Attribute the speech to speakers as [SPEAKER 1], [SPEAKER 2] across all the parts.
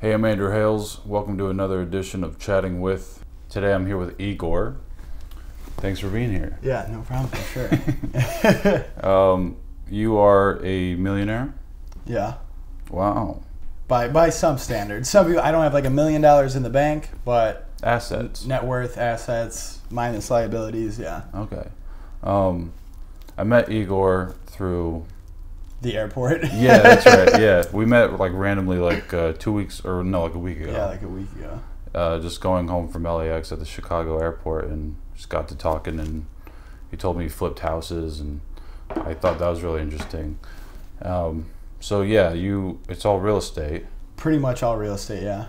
[SPEAKER 1] Hey, I'm Andrew Hales. Welcome to another edition of Chatting With. Today I'm here with Igor. Thanks for being here.
[SPEAKER 2] Yeah, no problem for sure.
[SPEAKER 1] Um, you are a millionaire?
[SPEAKER 2] yeah.
[SPEAKER 1] Wow.
[SPEAKER 2] By by some standards. Some people I don't have like a million dollars in the bank, but
[SPEAKER 1] Assets.
[SPEAKER 2] net worth, assets, minus liabilities, yeah.
[SPEAKER 1] Okay. Um, I met Igor through.
[SPEAKER 2] The airport.
[SPEAKER 1] Yeah, that's right. Yeah. We met like randomly like uh, two weeks or no, like a week ago.
[SPEAKER 2] yeah, like a week ago.
[SPEAKER 1] uh, just going home from LAX at the Chicago airport and just got to talking and he told me he flipped houses and I thought that was really interesting. Um, so yeah, you it's all real estate.
[SPEAKER 2] Pretty much all real estate, yeah.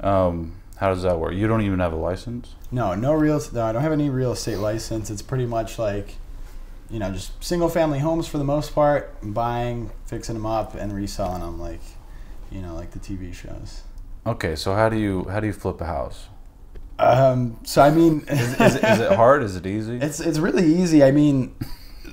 [SPEAKER 1] Um, how does that work? You don't even have a license.
[SPEAKER 2] No, no real no, I don't have any real estate license. It's pretty much like you know, just single family homes for the most part, buying, fixing them up and reselling them like you know, like the TV shows.
[SPEAKER 1] Okay, so how do you how do you flip a house?
[SPEAKER 2] Um, so I mean
[SPEAKER 1] Is it, is it hard? Is it easy?
[SPEAKER 2] It's it's really easy. I mean,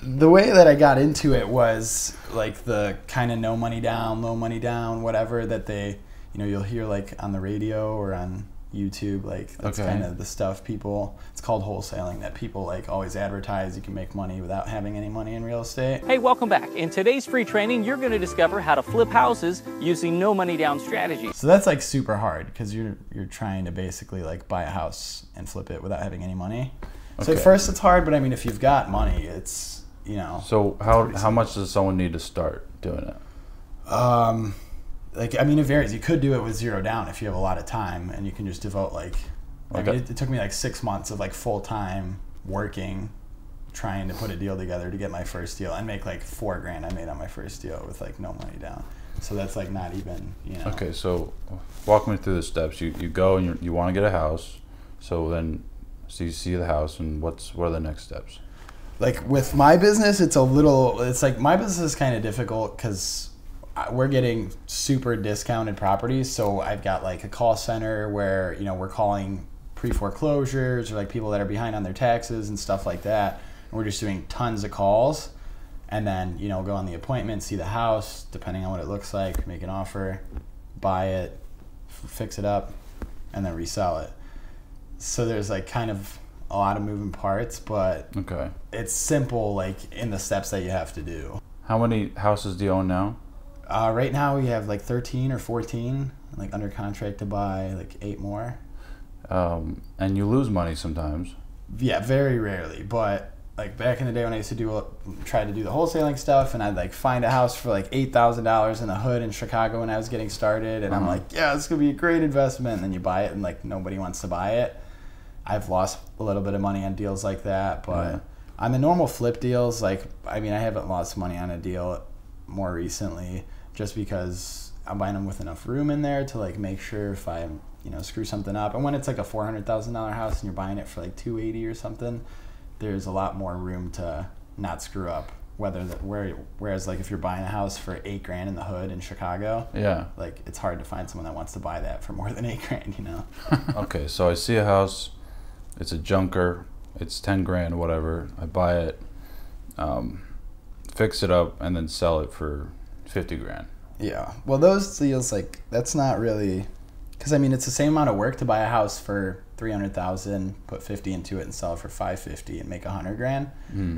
[SPEAKER 2] the way that I got into it was like the kind of no money down, low money down, whatever that they, you know, you'll hear like on the radio or on YouTube. Like that's
[SPEAKER 1] Okay.
[SPEAKER 2] kind of the stuff people. It's called wholesaling that people like always advertise. You can make money without having any money in real estate.
[SPEAKER 3] Hey, welcome back. In today's free training, you're going to discover how to flip houses using no money down strategies.
[SPEAKER 2] So that's like super hard because you're you're trying to basically like buy a house and flip it without having any money. So at
[SPEAKER 1] Okay.
[SPEAKER 2] first it's hard, but I mean, if you've got money, it's you know.
[SPEAKER 1] so how how much does someone need to start doing it?
[SPEAKER 2] Um, like I mean, it varies. You could do it with zero down if you have a lot of time, and you can just devote like. I mean,
[SPEAKER 1] Okay.
[SPEAKER 2] it, it took me like six months of like full time working, trying to put a deal together to get my first deal and make like four grand I made on my first deal with like no money down. So that's like not even you know.
[SPEAKER 1] Okay, so walk me through the steps. You you go and you you want to get a house. So then, so you see the house and what's what are the next steps?
[SPEAKER 2] like with my business it's a little it's like my business is kind of difficult because we're getting super discounted properties so i've got like a call center where you know we're calling pre-foreclosures or like people that are behind on their taxes and stuff like that and we're just doing tons of calls and then you know go on the appointment see the house depending on what it looks like make an offer buy it f- fix it up and then resell it so there's like kind of a lot of moving parts but
[SPEAKER 1] Okay.
[SPEAKER 2] it's simple like in the steps that you have to do
[SPEAKER 1] How many houses do you own now?
[SPEAKER 2] uh, right now we have like 13 or 14 like under contract to buy like eight more
[SPEAKER 1] Um, and you lose money sometimes.
[SPEAKER 2] yeah very rarely but like back in the day when i used to do try to do the wholesaling stuff and i'd like find a house for like $8000 in the hood in chicago when i was getting started and i'm
[SPEAKER 1] Uh-huh.
[SPEAKER 2] like yeah this could be a great investment and then you buy it and like nobody wants to buy it I've lost a little bit of money on deals like that, but
[SPEAKER 1] Yeah.
[SPEAKER 2] on the normal flip deals, like I mean, I haven't lost money on a deal more recently just because I'm buying them with enough room in there to like make sure if I you know screw something up. And when it's like a four hundred thousand dollar house and you're buying it for like two eighty or something, there's a lot more room to not screw up. Whether that where whereas like if you're buying a house for eight grand in the hood in Chicago,
[SPEAKER 1] Yeah.
[SPEAKER 2] like it's hard to find someone that wants to buy that for more than eight grand, you know.
[SPEAKER 1] Okay, so I see a house. It's a junker. It's ten grand, whatever. I buy it, um, fix it up, and then sell it for fifty grand.
[SPEAKER 2] Yeah. Well, those deals like that's not really because I mean it's the same amount of work to buy a house for three hundred thousand, put fifty into it, and sell it for five fifty and make a hundred grand. w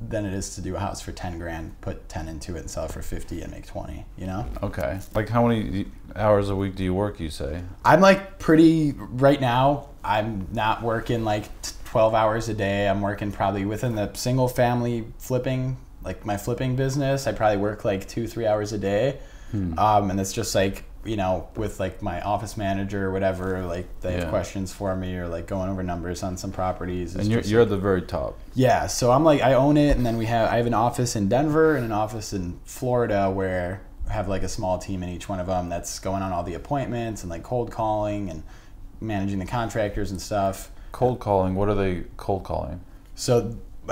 [SPEAKER 2] Than it is to do a house for ten grand, put ten into it, and sell it for fifty and make twenty. You know.
[SPEAKER 1] Okay. Like how many hours a week do you work? You say.
[SPEAKER 2] I'm like pretty right now. I'm not working like t- 12 hours a day. I'm working probably within the single family flipping, like my flipping business. I probably work like two, three hours a day.
[SPEAKER 1] Hmm.
[SPEAKER 2] Um, and it's just like, you know, with like my office manager or whatever, like they
[SPEAKER 1] Yeah.
[SPEAKER 2] have questions for me or like going over numbers on some properties. It's
[SPEAKER 1] And you're
[SPEAKER 2] just-
[SPEAKER 1] you're at the very top.
[SPEAKER 2] yeah, so I'm like I own it, and then we have I have an office in Denver and an office in Florida where I have like a small team in each one of them that's going on all the appointments and like cold calling and managing the contractors and stuff.
[SPEAKER 1] Cold calling. What are they cold calling?
[SPEAKER 2] So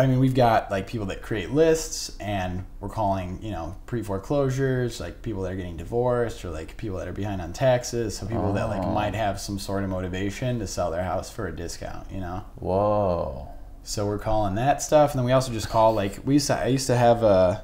[SPEAKER 2] I mean, we've got like people that create lists, and we're calling you know pre foreclosures, like people that are getting divorced, or like people that are behind on taxes, so people that like might have some sort of motivation to sell their house for a discount, you know.
[SPEAKER 1] Whoa.
[SPEAKER 2] So we're calling that stuff, and then we also just call like we used to. I used to have a uh,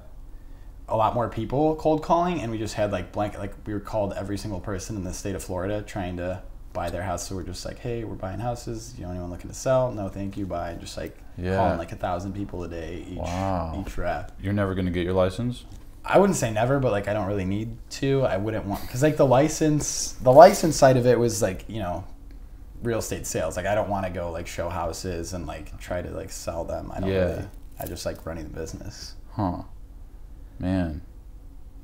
[SPEAKER 2] a lot more people cold calling, and we just had like blanket like we were called every single person in the state of Florida trying to buy their house. So we're just like, hey, we're buying houses. You know anyone looking to sell? No, thank you. Buy. Just like
[SPEAKER 1] Yeah.
[SPEAKER 2] calling like a thousand people a day each
[SPEAKER 1] Wow.
[SPEAKER 2] each rep.
[SPEAKER 1] You're never gonna get your license.
[SPEAKER 2] I wouldn't say never, but like I don't really need to. I wouldn't want because like the license, the license side of it was like you know, real estate sales. Like I don't want to go like show houses and like try to like sell them. I don't
[SPEAKER 1] Yeah.
[SPEAKER 2] really. I just like running the business.
[SPEAKER 1] Huh. Man.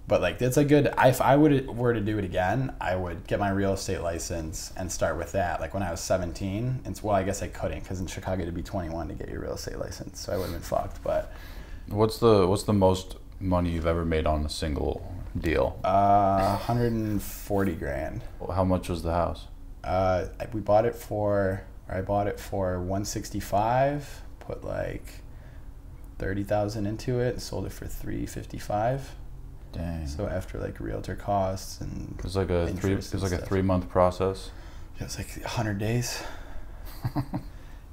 [SPEAKER 2] But like it's a good. I- If I would were to do it again, I would get my real estate license and start with that. Like when I was seventeen, and well, I guess I couldn't because in Chicago to be twenty one to get your real estate license, so I would have been fucked. But
[SPEAKER 1] What's the what's the most money you've ever made on a single deal?
[SPEAKER 2] uh, hundred and forty grand.
[SPEAKER 1] How much was the house?
[SPEAKER 2] Uh, I- we bought it for, or I bought it for 165. Put like thirty thousand into it. and Sold it for 355.
[SPEAKER 1] Dang.
[SPEAKER 2] So after like realtor costs and
[SPEAKER 1] It's like a three. It's
[SPEAKER 2] Interest and
[SPEAKER 1] like a
[SPEAKER 2] stuff.
[SPEAKER 1] three month process.
[SPEAKER 2] it was like 100 days.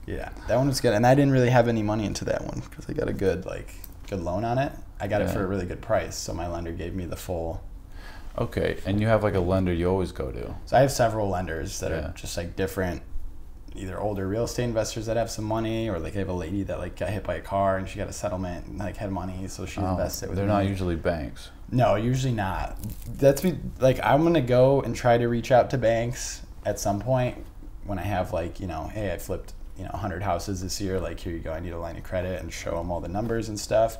[SPEAKER 2] yeah, that one was good, and I didn't really have any money into that one because I got a good like good loan on it. I got it
[SPEAKER 1] Yeah.
[SPEAKER 2] for a really good price, so my lender gave me the full
[SPEAKER 1] Okay, and you have like a lender you always go to.
[SPEAKER 2] So I have several lenders that
[SPEAKER 1] Yeah.
[SPEAKER 2] are just like different, either older real estate investors that have some money, or like I have a lady that like got hit by a car and she got a settlement and like had money, so she
[SPEAKER 1] Oh,
[SPEAKER 2] invested with
[SPEAKER 1] they're
[SPEAKER 2] me.
[SPEAKER 1] not usually banks.
[SPEAKER 2] no, usually not. That's be, like I'm gonna go and try to reach out to banks at some point when I have like you know, hey, I flipped you know 100 houses this year. Like here you go, I need a line of credit and show them all the numbers and stuff.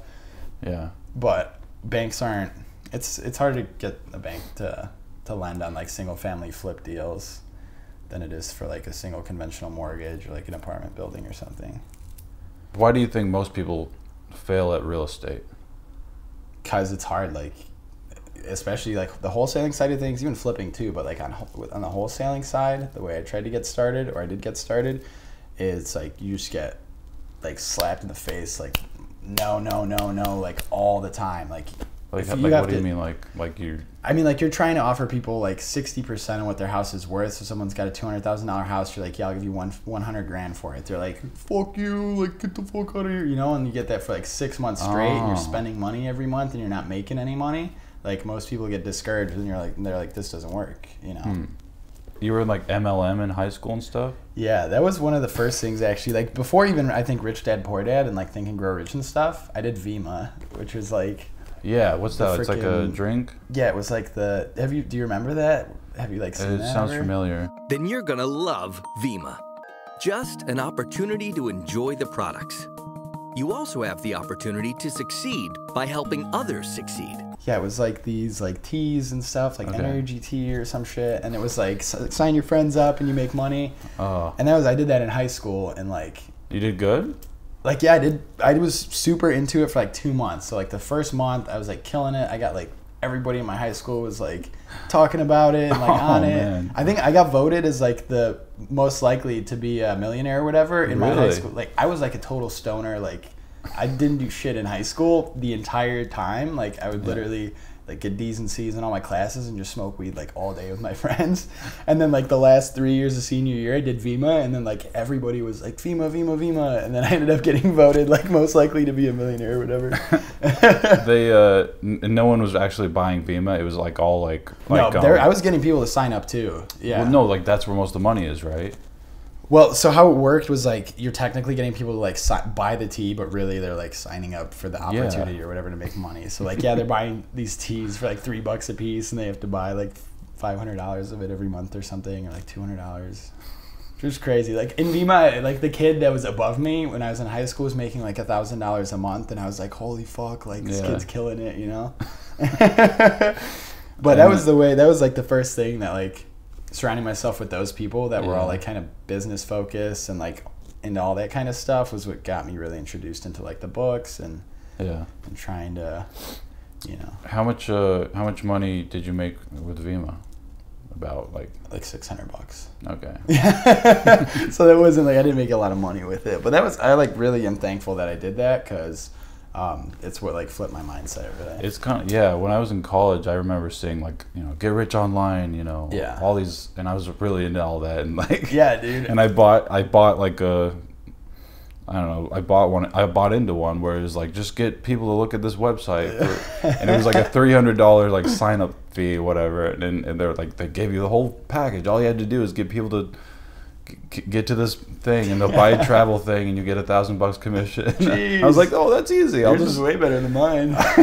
[SPEAKER 1] Yeah.
[SPEAKER 2] But banks aren't. It's it's hard to get a bank to to lend on like single family flip deals than it is for like a single conventional mortgage or like an apartment building or something.
[SPEAKER 1] Why do you think most people fail at real estate?
[SPEAKER 2] Cause it's hard, like especially like the wholesaling side of things, even flipping too. But like on wh- with- on the wholesaling side, the way I tried to get started or I did get started, is like you just get like slapped in the face, like no, no, no, no, like all the time, like.
[SPEAKER 1] Like,
[SPEAKER 2] if
[SPEAKER 1] like
[SPEAKER 2] have
[SPEAKER 1] what do
[SPEAKER 2] to-
[SPEAKER 1] you mean? Like, like you?
[SPEAKER 2] I mean, like you're trying to offer people like sixty percent of what their house is worth. So someone's got a two hundred thousand dollar house. You're like, yeah, I'll give you one one hundred grand for it. They're like, fuck you, like get the fuck out of here, you know. And you get that for like six months straight, and you're
[SPEAKER 1] Oh.
[SPEAKER 2] spending money every month, and you're not making any money. Like most people get discouraged, and you're like, and they're like, this doesn't work, you know.
[SPEAKER 1] Hmm. You were in like MLM in high school and stuff.
[SPEAKER 2] Yeah, that was one of the first things actually. Like before even I think Rich Dad Poor Dad and like Think and Grow Rich and stuff. I did Vima, which was like,
[SPEAKER 1] Yeah. What's
[SPEAKER 2] The
[SPEAKER 1] that? It's like a
[SPEAKER 2] frickin-
[SPEAKER 1] drink.
[SPEAKER 2] yeah, it was like the. Have you do you remember that? Have you like seen
[SPEAKER 1] It
[SPEAKER 2] that?
[SPEAKER 1] sounds
[SPEAKER 2] ever?
[SPEAKER 1] familiar.
[SPEAKER 4] then you're going to love Vima. Just an opportunity to enjoy the products. You also have the opportunity to succeed by helping others succeed.
[SPEAKER 2] Yeah, it was like these like teas and stuff, like
[SPEAKER 1] Okay.
[SPEAKER 2] energy tea or some shit, and it was like s- sign your friends up and you make money.
[SPEAKER 1] Oh,
[SPEAKER 2] And that was I did that in high school and like
[SPEAKER 1] you did good.
[SPEAKER 2] like yeah, I did I was super into it for like 2 months. So like the first month I was like killing it. I got like everybody in my high school was like talking about it and like
[SPEAKER 1] Oh,
[SPEAKER 2] on it.
[SPEAKER 1] man.
[SPEAKER 2] I think I got voted as like the most likely to be a millionaire or whatever in my high
[SPEAKER 1] Really?
[SPEAKER 2] school. Like I was like a total stoner like I didn't do shit in high school the entire time. Like I would literally like get D's and C's in all my classes and just smoke weed like all day with my friends. And then like the last three years of senior year, I did Vima, and then like everybody was like Vima, Vima, Vima, and then I ended up getting voted like most likely to be a millionaire or whatever.
[SPEAKER 1] They uh, n- no one was actually buying Vima. It was like all like
[SPEAKER 2] no,
[SPEAKER 1] like
[SPEAKER 2] there,
[SPEAKER 1] um,
[SPEAKER 2] I was getting people to sign up too. Yeah.
[SPEAKER 1] well, no, like that's where most of the money is, right?
[SPEAKER 2] Well, so how it worked was like you're technically getting people to like si- buy the tea, but really they're like signing up for the opportunity or whatever to make money. So like yeah, they're buying these teas for like three bucks a piece, and they have to buy like five hundred dollars of it every month or something, or like two hundred dollars. Which was crazy. Like in Vima, like the kid that was above me when I was in high school was making like a thousand dollars a month, and I was like, holy fuck, like this
[SPEAKER 1] Yeah.
[SPEAKER 2] kid's killing it, you know. But that was the way. That was like the first thing that like surrounding myself with those people that were
[SPEAKER 1] Yeah.
[SPEAKER 2] all like kind of business focused and like into all that kind of stuff was what got me really introduced into like the books and
[SPEAKER 1] Yeah.
[SPEAKER 2] and trying to, you know,
[SPEAKER 1] How much uh, how much money did you make with Vima? About like
[SPEAKER 2] like six hundred bucks.
[SPEAKER 1] okay.
[SPEAKER 2] so that wasn't like I didn't make a lot of money with it, but that was I like really am thankful that I did that because um, it's what like flipped my mindset really.
[SPEAKER 1] It's kind of yeah. When I was in college, I remember seeing like you know get rich online, you know,
[SPEAKER 2] Yeah.
[SPEAKER 1] all these, and I was really into all that and like
[SPEAKER 2] yeah, dude.
[SPEAKER 1] And I bought I bought like a I don't know. I bought one. I bought into one where it was like, just get people to look at this website, for, and it was like a three hundred dollar like sign up fee, whatever. And, then- and they're like, they gave you the whole package. All you had to do is get people to g- get to this thing, and they'll buy a travel thing, and you get a thousand bucks commission. I was
[SPEAKER 2] Jeez.
[SPEAKER 1] like, oh, that's easy. I'll
[SPEAKER 2] Yours
[SPEAKER 1] just
[SPEAKER 2] is way better than mine.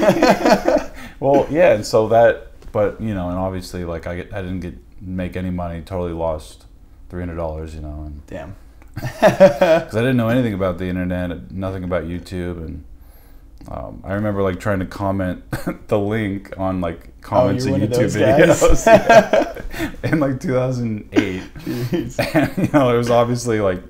[SPEAKER 1] well, yeah, and so that, but you know, and obviously, like I, get- I didn't get make any money. Totally lost three hundred dollars, you know, and
[SPEAKER 2] Damn.
[SPEAKER 1] because I didn't know anything about the internet, nothing about YouTube, and um, I remember like trying to comment the link on like comments
[SPEAKER 2] you were
[SPEAKER 1] of
[SPEAKER 2] Oh, one of
[SPEAKER 1] YouTube
[SPEAKER 2] those guys?
[SPEAKER 1] videos Yeah. in like 2008.
[SPEAKER 2] Jeez.
[SPEAKER 1] and, you know, it was obviously like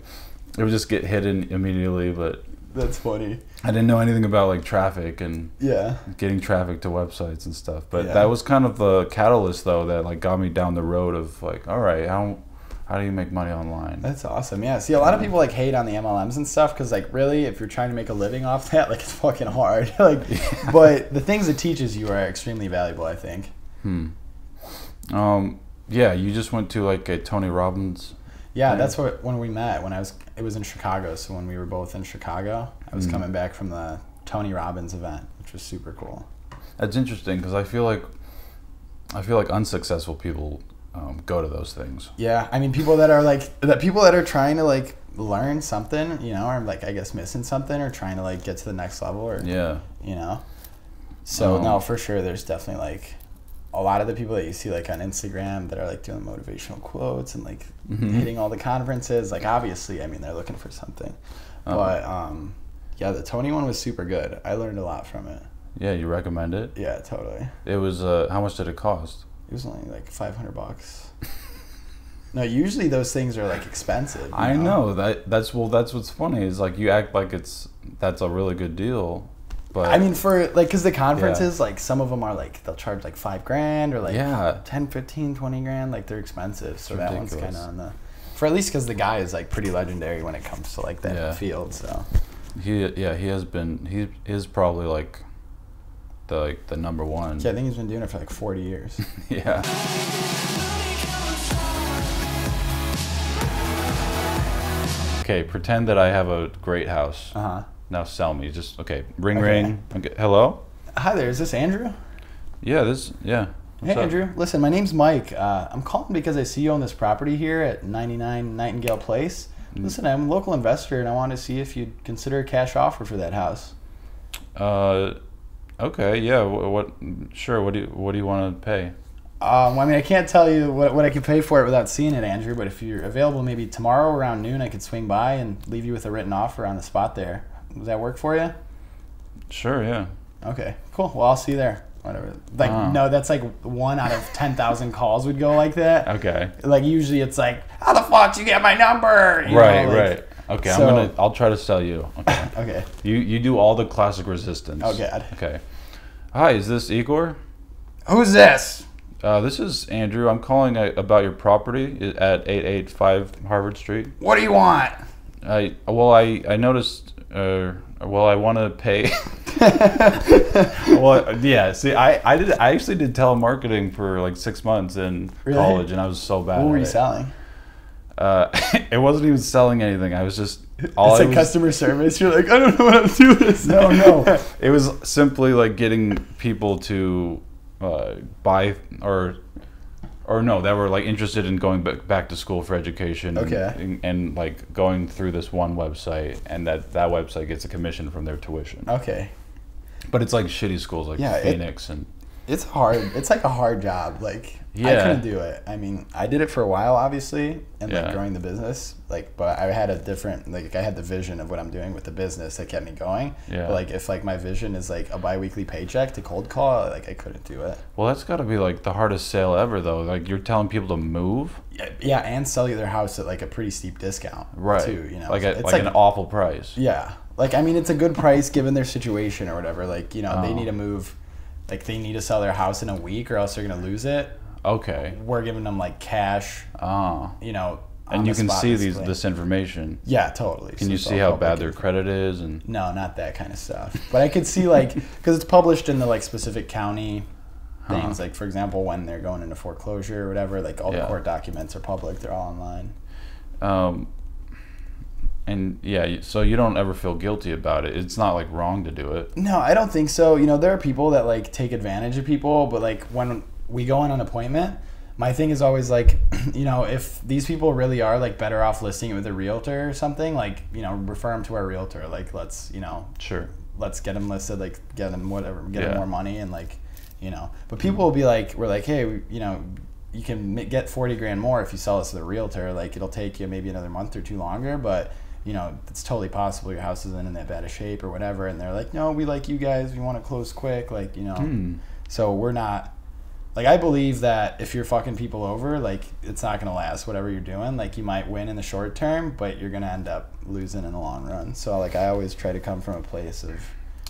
[SPEAKER 1] it would just get hidden immediately, but
[SPEAKER 2] That's funny.
[SPEAKER 1] I didn't know anything about like traffic and
[SPEAKER 2] Yeah.
[SPEAKER 1] getting traffic to websites and stuff. But
[SPEAKER 2] Yeah.
[SPEAKER 1] that was kind of the catalyst though that like got me down the road of like, all right, how how do you make money online?
[SPEAKER 2] That's awesome. Yeah. See, a lot of people like hate on the MLMs and stuff because, like, really, if you're trying to make a living off that, like, it's fucking hard. like, but the things it teaches you are extremely valuable. I think.
[SPEAKER 1] Um, yeah, you just went to like a Tony Robbins.
[SPEAKER 2] Yeah, that's what when we met. When I was, it was in Chicago. So when we were both in Chicago, I was coming back from the Tony Robbins event, which was super cool.
[SPEAKER 1] That's interesting because I feel like I feel like unsuccessful people um, go to those things.
[SPEAKER 2] Yeah, I mean, people that are like that. People that are trying to like learn something, you know, or like I guess missing something, or trying to like get to the next level, or
[SPEAKER 1] Yeah,
[SPEAKER 2] you know. So
[SPEAKER 1] Um,
[SPEAKER 2] no, for sure, there's definitely like a lot of the people that you see like on Instagram that are like doing motivational quotes and like
[SPEAKER 1] Mm-hmm.
[SPEAKER 2] hitting all the conferences. Like obviously, I mean, they're looking for something,
[SPEAKER 1] Uh-huh.
[SPEAKER 2] but um, yeah, the Tony one was super good. I learned a lot from it.
[SPEAKER 1] yeah. You recommend it?
[SPEAKER 2] Yeah, totally.
[SPEAKER 1] It was uh, how much did it cost?
[SPEAKER 2] It was only like five hundred bucks. no, usually those things are like expensive. you
[SPEAKER 1] I know that that's well. That's what's funny is like you act like it's that's a really good deal, but
[SPEAKER 2] I mean, for like, because the conferences, like, some of them are like, they'll charge like five grand or like
[SPEAKER 1] Yeah.
[SPEAKER 2] 10, 15, 20 grand. Like, they're expensive. So that one's
[SPEAKER 1] ridiculous.
[SPEAKER 2] kind of on the, for at least because the guy is like pretty legendary when it comes to like that
[SPEAKER 1] Yeah.
[SPEAKER 2] field. So,
[SPEAKER 1] he yeah he has been he is probably like the like the number one.
[SPEAKER 2] yeah, I think he's been doing it for like 40 years.
[SPEAKER 1] yeah. Okay, pretend that I have a great house.
[SPEAKER 2] Uh-huh.
[SPEAKER 1] Now sell me. Just okay. Ring
[SPEAKER 2] Okay.
[SPEAKER 1] ring. Okay. Hello.
[SPEAKER 2] Hi there. Is this Andrew?
[SPEAKER 1] Yeah. This. Yeah. What's
[SPEAKER 2] hey,
[SPEAKER 1] up?
[SPEAKER 2] Andrew. Listen, my name's Mike. Uh, I'm calling because I see you own this property here at 99 Nightingale Place.
[SPEAKER 1] Mm.
[SPEAKER 2] Listen, I'm a local investor and I want to see if you'd consider a cash offer for that house.
[SPEAKER 1] Uh, okay. Yeah. What, what? Sure. What do you What do you want to pay?
[SPEAKER 2] Um, I mean, I can't tell you what, what I can pay for it without seeing it, Andrew. But if you're available, maybe tomorrow around noon, I could swing by and leave you with a written offer on the spot. There, does that work for you?
[SPEAKER 1] Sure. Yeah.
[SPEAKER 2] Okay, cool. Well, I'll see you there. Whatever. Like,
[SPEAKER 1] Ah.
[SPEAKER 2] no, that's like one out of ten thousand calls would go like that.
[SPEAKER 1] Okay.
[SPEAKER 2] Like usually, it's like, how the fuck did you get my number? You know,
[SPEAKER 1] Right.
[SPEAKER 2] like-
[SPEAKER 1] right. Okay.
[SPEAKER 2] so-
[SPEAKER 1] I'm gonna. I'll try to sell you. Okay.
[SPEAKER 2] Okay.
[SPEAKER 1] you You do all the classic resistance.
[SPEAKER 2] Oh, God.
[SPEAKER 1] Okay. Hi. Is this Igor?
[SPEAKER 2] Who's this?
[SPEAKER 1] Uh, this is Andrew. I'm calling uh about your property i- at 885 Harvard Street.
[SPEAKER 2] What do you want?
[SPEAKER 1] I well, I I noticed. Uh, well, I want to pay. well, yeah. See, I I did I actually did telemarketing for like six months in
[SPEAKER 2] Really?
[SPEAKER 1] college, and I was so bad.
[SPEAKER 2] What were
[SPEAKER 1] at
[SPEAKER 2] you
[SPEAKER 1] it.
[SPEAKER 2] selling?
[SPEAKER 1] Uh, it wasn't even selling anything. I was just all I
[SPEAKER 2] It's like
[SPEAKER 1] was-
[SPEAKER 2] customer service. You're like, I don't know what to do this.
[SPEAKER 1] No, no. it was simply like getting people to uh, buy or or no, that were like interested in going back, back to school for education. and-
[SPEAKER 2] Okay.
[SPEAKER 1] And, and, like going through this one website, and that that website gets a commission from their tuition.
[SPEAKER 2] Okay.
[SPEAKER 1] But it's like shitty schools like
[SPEAKER 2] Yeah, it-
[SPEAKER 1] Phoenix and
[SPEAKER 2] it's hard. It's like a hard job. Like I
[SPEAKER 1] Yeah.
[SPEAKER 2] couldn't do it. I mean, I did it for a while, obviously, and like
[SPEAKER 1] Yeah.
[SPEAKER 2] growing the business. Like, but I had a different. Like, I had the vision of what I'm doing with the business that kept me going.
[SPEAKER 1] Yeah.
[SPEAKER 2] But like, if like my vision is like a biweekly paycheck to cold call, like I couldn't do it.
[SPEAKER 1] well, that's got to be like the hardest sale ever though. Like you're telling people to move,
[SPEAKER 2] Yeah, yeah, and sell you their house at like a pretty steep discount. Too, you know.
[SPEAKER 1] like
[SPEAKER 2] So
[SPEAKER 1] a, like, an awful price.
[SPEAKER 2] Yeah. Like I mean it's a good price given their situation or whatever. Like, you know,
[SPEAKER 1] Oh.
[SPEAKER 2] they need to move like they need to sell their house in a week or else they're gonna lose it.
[SPEAKER 1] Okay.
[SPEAKER 2] We're giving them like cash,
[SPEAKER 1] Ah.
[SPEAKER 2] you know. on
[SPEAKER 1] And
[SPEAKER 2] the
[SPEAKER 1] you can
[SPEAKER 2] spot
[SPEAKER 1] see these
[SPEAKER 2] display.
[SPEAKER 1] this information.
[SPEAKER 2] Yeah, totally.
[SPEAKER 1] Can you see how bad their credit is and
[SPEAKER 2] No, not that kind of stuff. But I could see like because it's published in the like specific county things. Like for example, when they're going into foreclosure or whatever, like all the
[SPEAKER 1] Yeah.
[SPEAKER 2] court documents are public. They're all online.
[SPEAKER 1] Um, and yeah, you- so you don't ever feel guilty about it. It's not like wrong to do it.
[SPEAKER 2] No, I don't think so. You know, there are people that like take advantage of people, but like when we go on an appointment, my thing is always like, you know, if these people really are like better off listing it with a realtor or something, like, you know, refer them to our realtor. Like, let's, you know,
[SPEAKER 1] Sure.
[SPEAKER 2] let's get them listed, like get them whatever, get
[SPEAKER 1] Yeah.
[SPEAKER 2] them more money, and like, you know. But people will be like, we're like, hey, we, you know, you can ma- get forty grand more if you sell this to the realtor. Like, it'll take you maybe another month or two longer, but you know, it's totally possible your house isn't in that bad a shape or whatever. And they're like, no, we like you guys, we want to close quick, like you know. So we're not. Like I believe that if you're fucking people over, like it's not gonna last. Whatever you're doing, like you might win in the short term, but you're gonna end up losing in the long run. So like I always try to come from a place of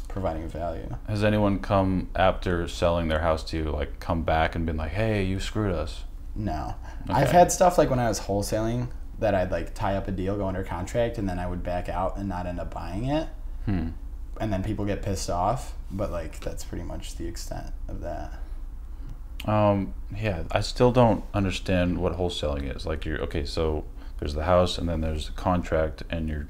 [SPEAKER 2] providing value.
[SPEAKER 1] Has anyone come after selling their house to you, like come back and been like, "Hey, you screwed us"?
[SPEAKER 2] No, I've
[SPEAKER 1] Okay.
[SPEAKER 2] had stuff like when I was wholesaling that I'd like tie up a deal, go under contract, and then I would back out and not end up buying it. And then people get pissed off, but like that's pretty much the extent of that.
[SPEAKER 1] Um, yeah, I still don't understand what wholesaling is. Like you're okay, so there's the house and then there's the contract and you're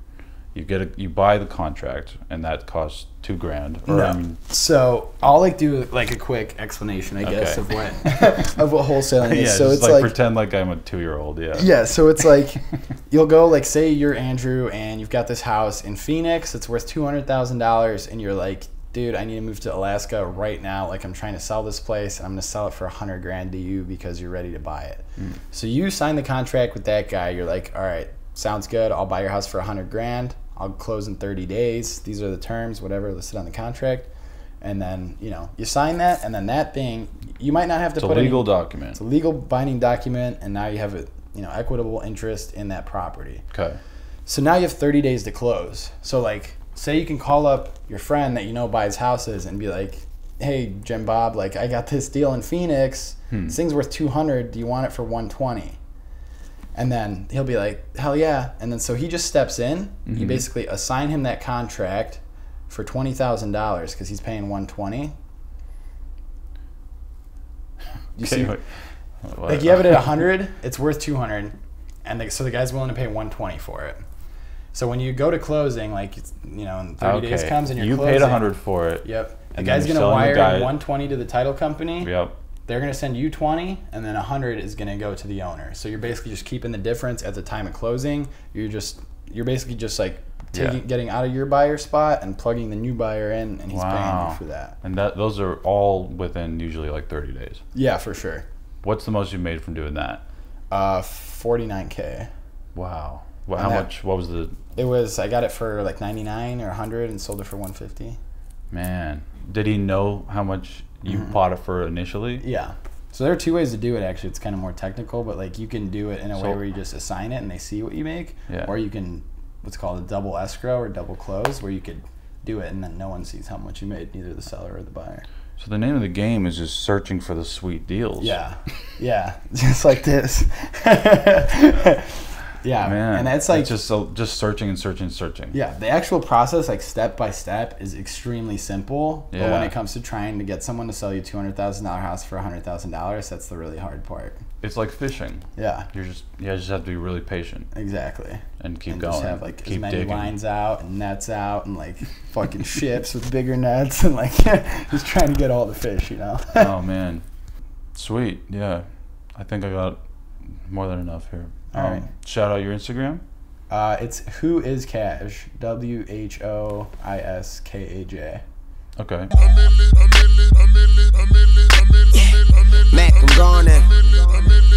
[SPEAKER 1] you get a, you buy the contract and that costs two grand. Or um, I mean,
[SPEAKER 2] So I'll like do like a quick explanation, I guess,
[SPEAKER 1] Okay.
[SPEAKER 2] of what of what wholesaling
[SPEAKER 1] yeah,
[SPEAKER 2] is. so
[SPEAKER 1] just
[SPEAKER 2] it's
[SPEAKER 1] like,
[SPEAKER 2] like
[SPEAKER 1] pretend like I'm a two year old. Yeah.
[SPEAKER 2] Yeah, so it's like you'll go like say you're Andrew and you've got this house in Phoenix, it's worth two hundred thousand dollars, and you're like, dude, I need to move to Alaska right now. Like I'm trying to sell this place, and I'm gonna sell it for a hundred grand to you because you're ready to buy it. So you sign the contract with that guy. You're like, all right, sounds good. I'll buy your house for a hundred grand. I'll close in thirty days. These are the terms, whatever listed on the contract. And then you know you sign that, and then that thing you might not have to
[SPEAKER 1] It's a
[SPEAKER 2] put any-
[SPEAKER 1] legal document.
[SPEAKER 2] it's a legal binding document, and now you have a you know equitable interest in that property.
[SPEAKER 1] Okay.
[SPEAKER 2] So now you have 30 days to close. So like, say you can call up your friend that you know buys houses and be like, "Hey, Jim Bob, like I got this deal in Phoenix. This thing's worth 200. Do you want it for 120?" And then he'll be like, "Hell yeah!" And then so he just steps in. You basically assign him that contract for twenty thousand dollars because he's paying 120. You
[SPEAKER 1] Okay, wait. What?
[SPEAKER 2] Like you have it at 100, it's worth 200, and the, so the guy's willing to pay 120 for it. So when you go to closing, like it's, you know, in 30 days
[SPEAKER 1] Okay,
[SPEAKER 2] comes and you're
[SPEAKER 1] you
[SPEAKER 2] closing,
[SPEAKER 1] paid a hundred for it.
[SPEAKER 2] Yep. The
[SPEAKER 1] and then
[SPEAKER 2] guy's
[SPEAKER 1] you're
[SPEAKER 2] gonna
[SPEAKER 1] selling the
[SPEAKER 2] wire in
[SPEAKER 1] guy-
[SPEAKER 2] 120 to the title company.
[SPEAKER 1] Yep.
[SPEAKER 2] They're gonna send you 20, and then 100 is gonna go to the owner. So you're basically just keeping the difference at the time of closing. You're just you're basically just like
[SPEAKER 1] Yeah.
[SPEAKER 2] taking getting out of your buyer spot and plugging the new buyer in, and he's paying
[SPEAKER 1] Wow.
[SPEAKER 2] you for that.
[SPEAKER 1] And that those are all within usually like thirty days.
[SPEAKER 2] Yeah, for sure.
[SPEAKER 1] What's the most you made from doing that?
[SPEAKER 2] Uh, 49k.
[SPEAKER 1] Wow. Well, how
[SPEAKER 2] that-
[SPEAKER 1] much? What was the
[SPEAKER 2] It was I got it for like 99 or 100 and sold it for 150.
[SPEAKER 1] man? Did he know how much you
[SPEAKER 2] Mm-hmm.
[SPEAKER 1] bought it for initially?
[SPEAKER 2] Yeah. So there are two ways to do it actually. It's kind of more technical, but like you can do it in a way
[SPEAKER 1] So-
[SPEAKER 2] where you just assign it and they see what you make
[SPEAKER 1] Yeah.
[SPEAKER 2] or you can what's called a double escrow or double close where you could do it and then no one sees how much you made, neither the seller or the buyer.
[SPEAKER 1] So the name of the game is just searching for the sweet deals.
[SPEAKER 2] Yeah. Yeah. just like this. yeah.
[SPEAKER 1] Man,
[SPEAKER 2] and that's like
[SPEAKER 1] it's just so, just searching and searching and searching.
[SPEAKER 2] Yeah, the actual process, like step by step, is extremely simple. But when
[SPEAKER 1] Yeah.
[SPEAKER 2] it comes to trying to get someone to sell you two hundred thousand dollar house for hundred thousand dollars, that's the really hard part.
[SPEAKER 1] It's like fishing.
[SPEAKER 2] Yeah,
[SPEAKER 1] You're just you just have to be really patient
[SPEAKER 2] exactly.
[SPEAKER 1] and keep
[SPEAKER 2] And
[SPEAKER 1] going.
[SPEAKER 2] just have like
[SPEAKER 1] keep
[SPEAKER 2] as many
[SPEAKER 1] digging.
[SPEAKER 2] lines out and nets out and like fucking ships with bigger nets and like just trying to get all the fish, you know.
[SPEAKER 1] oh man, sweet. Yeah, I think I got more than enough here.
[SPEAKER 2] All right.
[SPEAKER 1] Shout out your Instagram.
[SPEAKER 2] Uh, it's who is cash? W H O I S K A J.
[SPEAKER 1] Okay.
[SPEAKER 5] Macaroni.